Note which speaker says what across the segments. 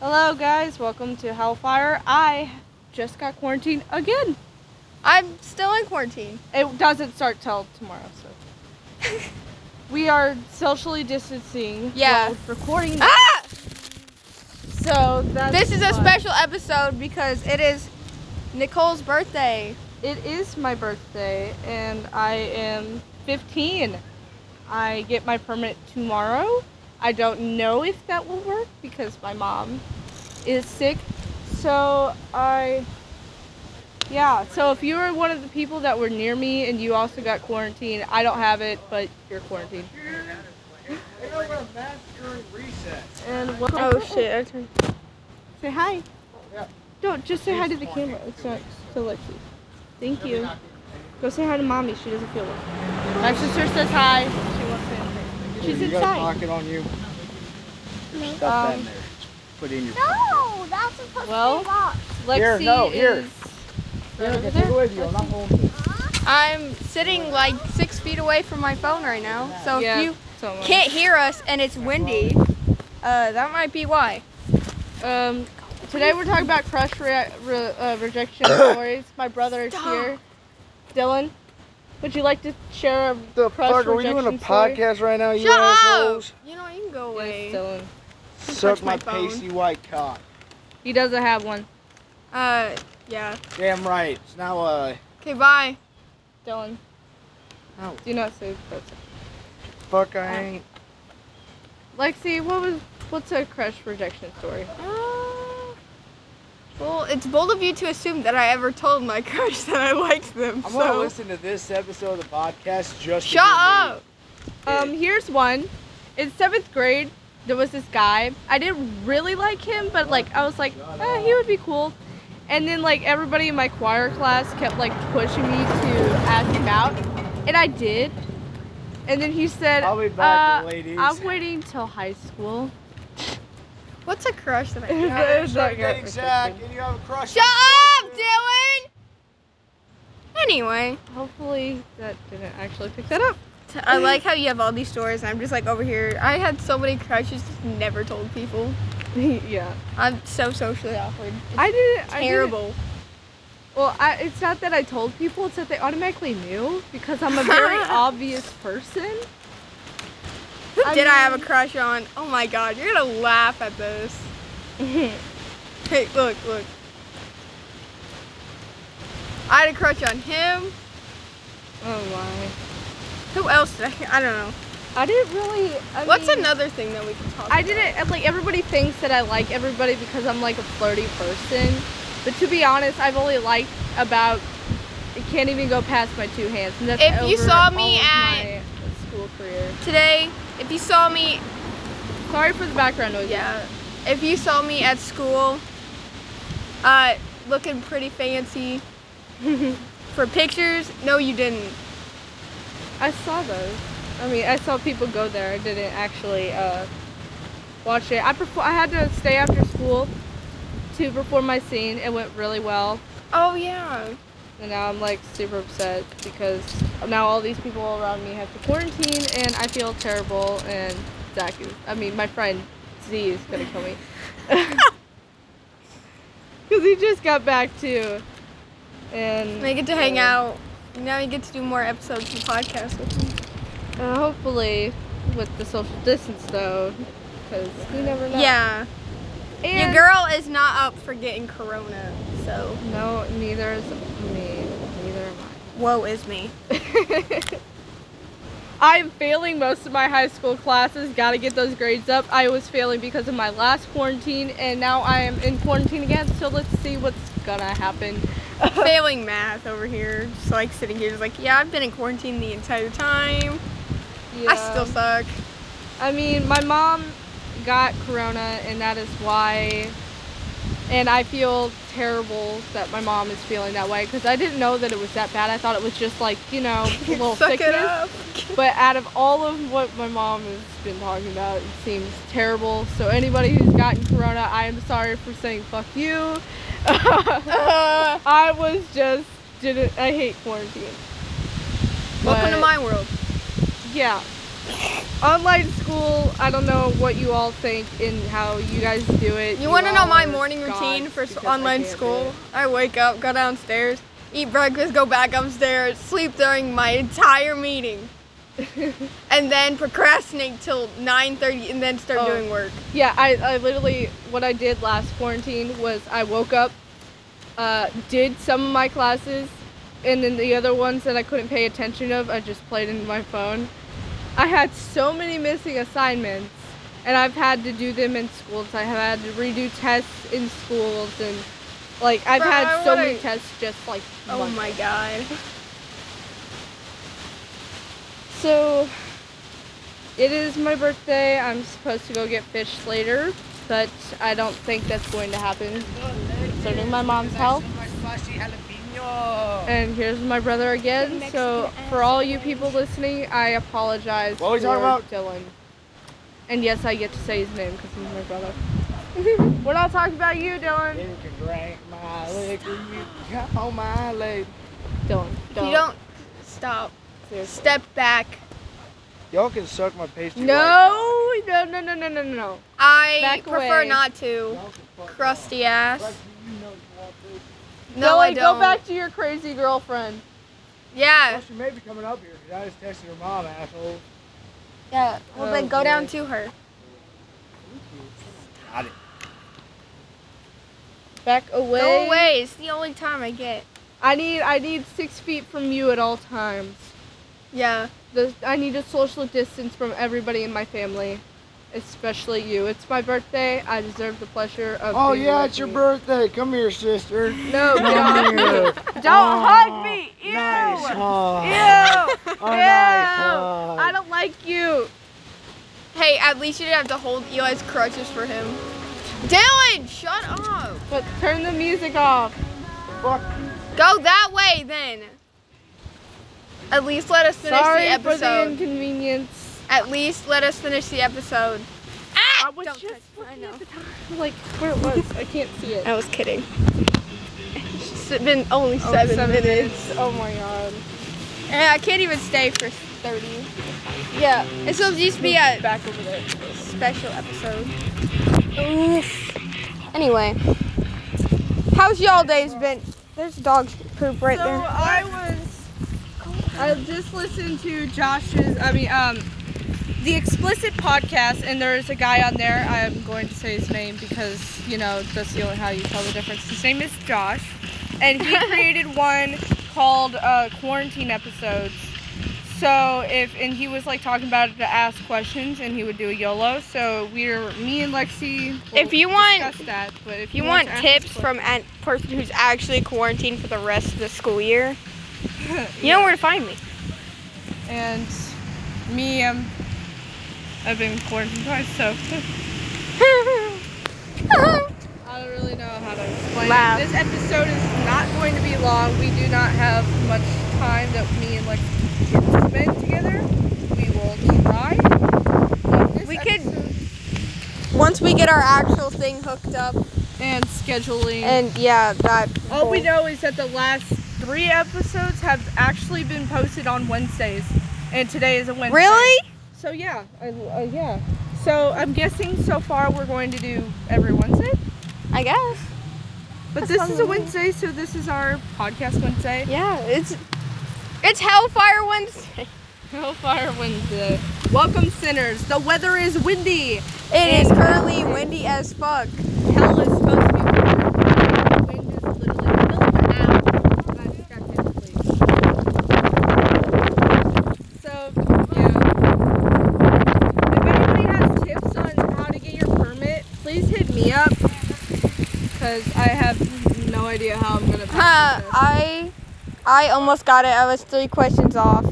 Speaker 1: Hello, guys. Welcome to Hellfire. I just got quarantined again.
Speaker 2: I'm still in quarantine.
Speaker 1: It doesn't start till tomorrow, so. we are socially distancing.
Speaker 2: Yeah.
Speaker 1: while recording.
Speaker 2: Ah!
Speaker 1: So that's
Speaker 2: This is a
Speaker 1: why-
Speaker 2: special episode because it is Nicole's birthday.
Speaker 1: It is my birthday, and I am 15. I get my permit tomorrow. I don't know if that will work because my mom is sick. So I, yeah. So if you were one of the people that were near me and you also got quarantined, I don't have it, but you're quarantined.
Speaker 3: They don't wear masks during recess.
Speaker 1: And welcome.
Speaker 2: I turned.
Speaker 1: Say hi.
Speaker 3: Yeah.
Speaker 1: Don't just say hi to the camera. It's not so lucky. Thank you. Go say hi to mommy. She doesn't feel well. My sister says hi. She wants to. She's
Speaker 3: You got a
Speaker 1: inside.
Speaker 3: pocket on you?
Speaker 4: Me?
Speaker 3: Stuff that
Speaker 1: Um,
Speaker 3: in there. Put in your.
Speaker 4: No, that's supposed
Speaker 1: Well,
Speaker 4: to be locked.
Speaker 1: Lexi
Speaker 3: Here, no, here.
Speaker 1: is.
Speaker 3: Yeah,
Speaker 1: over
Speaker 3: take
Speaker 1: there.
Speaker 3: it with you. I'm not holding it.
Speaker 2: I'm sitting like six feet away from my phone right now, so
Speaker 1: Yeah,
Speaker 2: if you
Speaker 1: someone.
Speaker 2: can't hear us and it's windy, uh, that might be why.
Speaker 1: Um, today we're talking about crush rea- re- uh, rejection stories. My brother is
Speaker 2: Stop.
Speaker 1: here. Dylan, would you like to share a
Speaker 3: The
Speaker 1: crush
Speaker 3: fuck? Are you
Speaker 1: rejection
Speaker 3: in
Speaker 1: story?
Speaker 3: a podcast right now, you
Speaker 2: Shut up!
Speaker 3: assholes?
Speaker 2: You know what, you can go
Speaker 1: Yes,
Speaker 2: away.
Speaker 1: Dylan.
Speaker 3: Suck
Speaker 2: touch
Speaker 3: my,
Speaker 2: my phone.
Speaker 3: pasty white cock.
Speaker 1: He doesn't have one.
Speaker 2: Uh, yeah.
Speaker 3: Damn right. It's now uh.
Speaker 2: Okay, bye.
Speaker 1: Dylan.
Speaker 3: No.
Speaker 1: Do not say that.
Speaker 3: Fuck,
Speaker 2: Uh,
Speaker 3: I ain't.
Speaker 1: Lexi, what was what's a crush rejection story?
Speaker 2: Uh, well, it's bold of you to assume that I ever told my crush that I liked them.
Speaker 3: I'm gonna
Speaker 2: so
Speaker 3: listen to this episode of the podcast just. to
Speaker 2: shut
Speaker 3: hear me.
Speaker 2: up.
Speaker 1: Um, here's one. In seventh grade, there was this guy. I didn't really like him, but like I was like, eh, he would be cool. And then like everybody in my choir class kept like pushing me to ask him out, and I did. And then he said,
Speaker 3: I'll be back,
Speaker 1: uh,
Speaker 3: ladies.
Speaker 1: I'm waiting till high school.
Speaker 2: What's a crush that I
Speaker 1: It
Speaker 2: had?
Speaker 1: was
Speaker 3: Start
Speaker 1: like a-
Speaker 3: dating Zach, and you have a crush.
Speaker 2: Shut
Speaker 3: on
Speaker 2: up,
Speaker 3: Zach.
Speaker 2: Dylan! Anyway,
Speaker 1: Hopefully that didn't actually pick that up.
Speaker 2: t- I like how you have all these stories, and I'm just like over here. I had so many crushes, just never told people.
Speaker 1: yeah,
Speaker 2: I'm so socially awkward. It's
Speaker 1: I didn't. I didn't-
Speaker 2: terrible.
Speaker 1: Well, I, it's not that I told people; it's that they automatically knew because I'm a very obvious person.
Speaker 2: Who
Speaker 1: I
Speaker 2: did I have a
Speaker 1: mean-
Speaker 2: crush on? Oh my god, you're gonna laugh at this. Hey, look, look. I had a crush on him.
Speaker 1: Oh my.
Speaker 2: Who else did I? I don't know.
Speaker 1: I didn't really. I
Speaker 2: What's
Speaker 1: mean,
Speaker 2: another thing that we can talk
Speaker 1: I
Speaker 2: about?
Speaker 1: didn't. and, Like, everybody thinks that I like everybody because I'm like a flirty person. But to be honest, I've only liked about. It can't even go past my two hands. And that's
Speaker 2: If you
Speaker 1: over
Speaker 2: saw me
Speaker 1: all of
Speaker 2: at-
Speaker 1: my school career.
Speaker 2: Today, if you saw me,
Speaker 1: Sorry for the background noise.
Speaker 2: yeah, if you saw me at school, uh, looking pretty fancy for pictures, no, you didn't.
Speaker 1: I saw those. I mean, I saw people go there. I didn't actually uh, watch it. I perfor- I had to stay after school to perform my scene. It went really well.
Speaker 2: Oh yeah.
Speaker 1: And now I'm like super upset because now all these people around me have to quarantine and I feel terrible and Zach is, I mean, my friend Z is gonna kill me. Because he just got back too. And
Speaker 2: Now you get to hang
Speaker 1: uh,
Speaker 2: out. Now you get to do more episodes of the podcast with me.
Speaker 1: Uh, hopefully with the social distance though. Because you never know.
Speaker 2: Yeah.
Speaker 1: And
Speaker 2: Your girl is not up for getting corona, so
Speaker 1: No, neither is me. Neither am I.
Speaker 2: woe is me.
Speaker 1: I'm failing most of my high school classes. Got to get those grades up. I was failing because of my last quarantine, and now I am in quarantine again. So let's see what's gonna happen.
Speaker 2: Failing math over here, just like sitting here, just like, yeah, I've been in quarantine the entire time. I still suck.
Speaker 1: I mean, my mom got corona, and that is why. And I feel terrible that my mom is feeling that way because I didn't know that it was that bad. I thought it was just like you know a little
Speaker 2: suck
Speaker 1: sickness.
Speaker 2: it up.
Speaker 1: But out of all of what my mom has been talking about, it seems terrible. So anybody who's gotten corona, I am sorry for saying fuck you.
Speaker 2: Uh,
Speaker 1: I was just didn't I hate quarantine.
Speaker 2: welcome to
Speaker 1: But,
Speaker 2: my world.
Speaker 1: yeah. online school, I don't know what you all think and how you guys do it.
Speaker 2: You, want to know
Speaker 1: all
Speaker 2: my
Speaker 1: are
Speaker 2: morning
Speaker 1: gods
Speaker 2: routine for s-
Speaker 1: because I
Speaker 2: online
Speaker 1: can't do
Speaker 2: school?
Speaker 1: it.
Speaker 2: I wake up, go downstairs, eat breakfast, go back upstairs, sleep during my entire meeting, and then procrastinate till 9:30, and then start
Speaker 1: Oh.
Speaker 2: doing work.
Speaker 1: Yeah, I, I literally, what I did last quarantine was I woke up, uh, did some of my classes, and then the other ones that I couldn't pay attention of, I just played in my phone. I had so many missing assignments, and I've had to do them in schools. I have had to redo tests in schools, and like I've
Speaker 2: Bro,
Speaker 1: had
Speaker 2: I
Speaker 1: so
Speaker 2: wanna-
Speaker 1: many tests just like.
Speaker 2: Oh
Speaker 1: Monday.
Speaker 2: my god.
Speaker 1: So, it is my birthday. I'm supposed to go get fish later, but I don't think that's going to happen. Concerning my mom's health. And here's my brother again.
Speaker 4: Mexican
Speaker 1: So, for all you people listening, I apologize
Speaker 3: What are we
Speaker 1: for
Speaker 3: talking about?
Speaker 1: Dylan. And yes, I get to say his name because he's my brother. We're not talking about you, Dylan.
Speaker 3: You can drink my liquor, you can call my lady.
Speaker 1: Dylan,
Speaker 2: If you don't stop,
Speaker 1: seriously.
Speaker 2: step back.
Speaker 3: Y'all can suck my pastry. right
Speaker 1: No, no, no, no, no, no, no.
Speaker 2: I
Speaker 1: Back
Speaker 2: prefer
Speaker 1: away.
Speaker 2: not
Speaker 3: now.
Speaker 2: to.
Speaker 3: Y'all can fuck
Speaker 2: Crusty
Speaker 3: off. Like,
Speaker 2: ass.
Speaker 3: you know you want to.
Speaker 2: No,
Speaker 1: Dylan,
Speaker 2: I don't.
Speaker 1: go back to your crazy girlfriend.
Speaker 2: Yeah.
Speaker 3: Well, she may be coming up here 'cause I just texted her mom, asshole.
Speaker 2: Yeah. Well,
Speaker 1: Oh,
Speaker 2: then go down
Speaker 1: boy.
Speaker 2: to her.
Speaker 3: Got it.
Speaker 1: Back away.
Speaker 2: Go away. It's the only time I get.
Speaker 1: I need I need six feet from you at all times.
Speaker 2: Yeah.
Speaker 1: The, I need a social distance from everybody in my family, especially you. It's my birthday. I deserve the pleasure of.
Speaker 3: Oh
Speaker 1: being
Speaker 3: yeah,
Speaker 1: with
Speaker 3: it's your
Speaker 1: you.
Speaker 3: birthday. Come here, sister.
Speaker 1: No,
Speaker 3: Come
Speaker 1: don't,
Speaker 3: here.
Speaker 1: don't
Speaker 3: Oh,
Speaker 1: hug me. Ew.
Speaker 3: Nice
Speaker 1: Ew.
Speaker 3: hug.
Speaker 1: I
Speaker 3: A
Speaker 1: Yeah.
Speaker 3: nice hug.
Speaker 1: don't like you.
Speaker 2: Hey, at least you didn't have to hold Eli's crutches for him. Dylan, shut up.
Speaker 1: But turn the music off.
Speaker 3: Fuck.
Speaker 2: Go that way then. At least let us finish
Speaker 1: Sorry
Speaker 2: the
Speaker 1: for the
Speaker 2: episode.
Speaker 1: inconvenience.
Speaker 2: At least let us finish the episode.
Speaker 1: I
Speaker 2: Ah!
Speaker 1: was
Speaker 2: Don't
Speaker 1: just
Speaker 2: touch me, I
Speaker 1: looking
Speaker 2: know.
Speaker 1: at the time, like where it was. I can't see it.
Speaker 2: I was kidding. It's been only
Speaker 1: Oh,
Speaker 2: seven
Speaker 1: seven
Speaker 2: minutes.
Speaker 1: Oh my god.
Speaker 2: Yeah, I can't even stay for 30.
Speaker 1: Yeah.
Speaker 2: This will just be a
Speaker 1: Back over there.
Speaker 2: special episode. Oof. Anyway, how's y'all days been? There's dog poop right
Speaker 1: so
Speaker 2: there.
Speaker 1: I was. I just listened to Josh's. I mean, um, the explicit podcast, and there's a guy on there. I'm going to say his name because you know that's the only how you tell the difference. His name is Josh, and he created one called uh, Quarantine Episodes. So if and he was like talking about it to ask questions, and he would do a YOLO. So we're me and Lexi. will
Speaker 5: If you want-
Speaker 1: discuss that, but if
Speaker 5: If you
Speaker 1: you
Speaker 5: want
Speaker 1: to ask
Speaker 5: tips
Speaker 1: questions-
Speaker 5: from a person who's actually quarantined for the rest of the school year, you know where to find me.
Speaker 1: and me um I've been quarantined twice, so I don't really know how to explain
Speaker 5: Laugh.
Speaker 1: it. This episode is not going to be long. We do not have much time that me and like can spend together. We will try. But this
Speaker 5: We could-
Speaker 1: episode-
Speaker 5: Once we get our actual thing hooked up,
Speaker 1: and scheduling.
Speaker 5: and yeah, that.
Speaker 1: all we know is that the last three episodes have actually been posted on Wednesdays, and today is a Wednesday.
Speaker 5: Really?
Speaker 1: So yeah, I, uh, yeah. So I'm guessing so far we're going to do every Wednesday,
Speaker 5: I guess.
Speaker 1: but
Speaker 5: That's
Speaker 1: this is a
Speaker 5: probably-
Speaker 1: Wednesday, so this is our podcast Wednesday.
Speaker 5: Yeah, it's it's Hellfire Wednesday.
Speaker 1: Hellfire Wednesday. Welcome sinners. The weather is windy.
Speaker 5: It is currently windy as fuck.
Speaker 1: Hell is supposed to be windy. Wind is literally filtered out. I just got technically. So yeah. If anybody has tips on how to get your permit, please hit me up. Cause I have no idea how I'm gonna.
Speaker 5: Huh,
Speaker 2: uh,
Speaker 1: this.
Speaker 5: I I almost got it. I was three questions off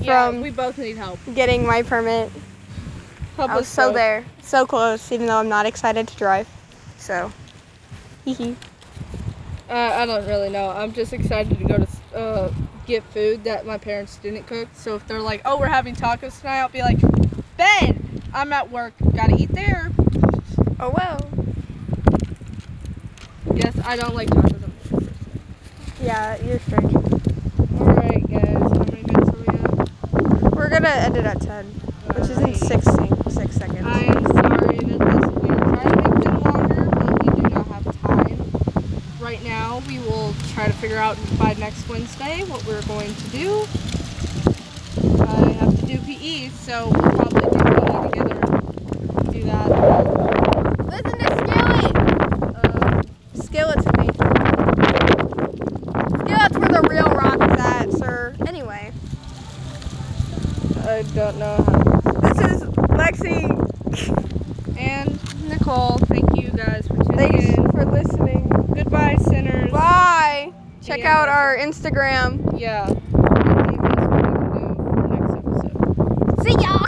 Speaker 1: Yeah,
Speaker 5: from
Speaker 1: we both need help.
Speaker 5: getting my permit.
Speaker 1: Help
Speaker 5: I was
Speaker 1: us
Speaker 5: so
Speaker 1: both.
Speaker 5: there, so close, even though I'm not excited to drive. So, hee.
Speaker 1: Uh, I don't really know. I'm just excited to go to uh, get food that my parents didn't cook. So if they're like, "Oh, we're having tacos tonight," I'll be like, "Bet I'm at work. Gotta eat there."
Speaker 5: oh well.
Speaker 1: Yes, I don't like tacos. I'm sorry.
Speaker 5: Yeah, you're strange.
Speaker 1: All right, guys. How many minutes are we at?
Speaker 5: We're gonna end it at 10.
Speaker 1: All
Speaker 2: which is in six sec- six seconds.
Speaker 1: I am sorry that this we were trying to make them longer, but we do not have time right now. We will try to figure out by next Wednesday what we're going to do. I have to do PE, so we'll probably do PE together. Do that.
Speaker 6: Listen to Skillet.
Speaker 1: Uh,
Speaker 2: Skillet's me.
Speaker 6: Skillet's where the real rock is at.
Speaker 2: That, sir. Anyway,
Speaker 1: I don't know how.
Speaker 2: this is Lexi.
Speaker 1: And Nicole, thank you guys for tuning
Speaker 2: Thanks
Speaker 1: in.
Speaker 2: for listening.
Speaker 1: Goodbye, sinners.
Speaker 2: Bye. Check
Speaker 1: Yeah.
Speaker 2: out our Instagram.
Speaker 1: Yeah. And leave us what we can do for next episode.
Speaker 7: See ya.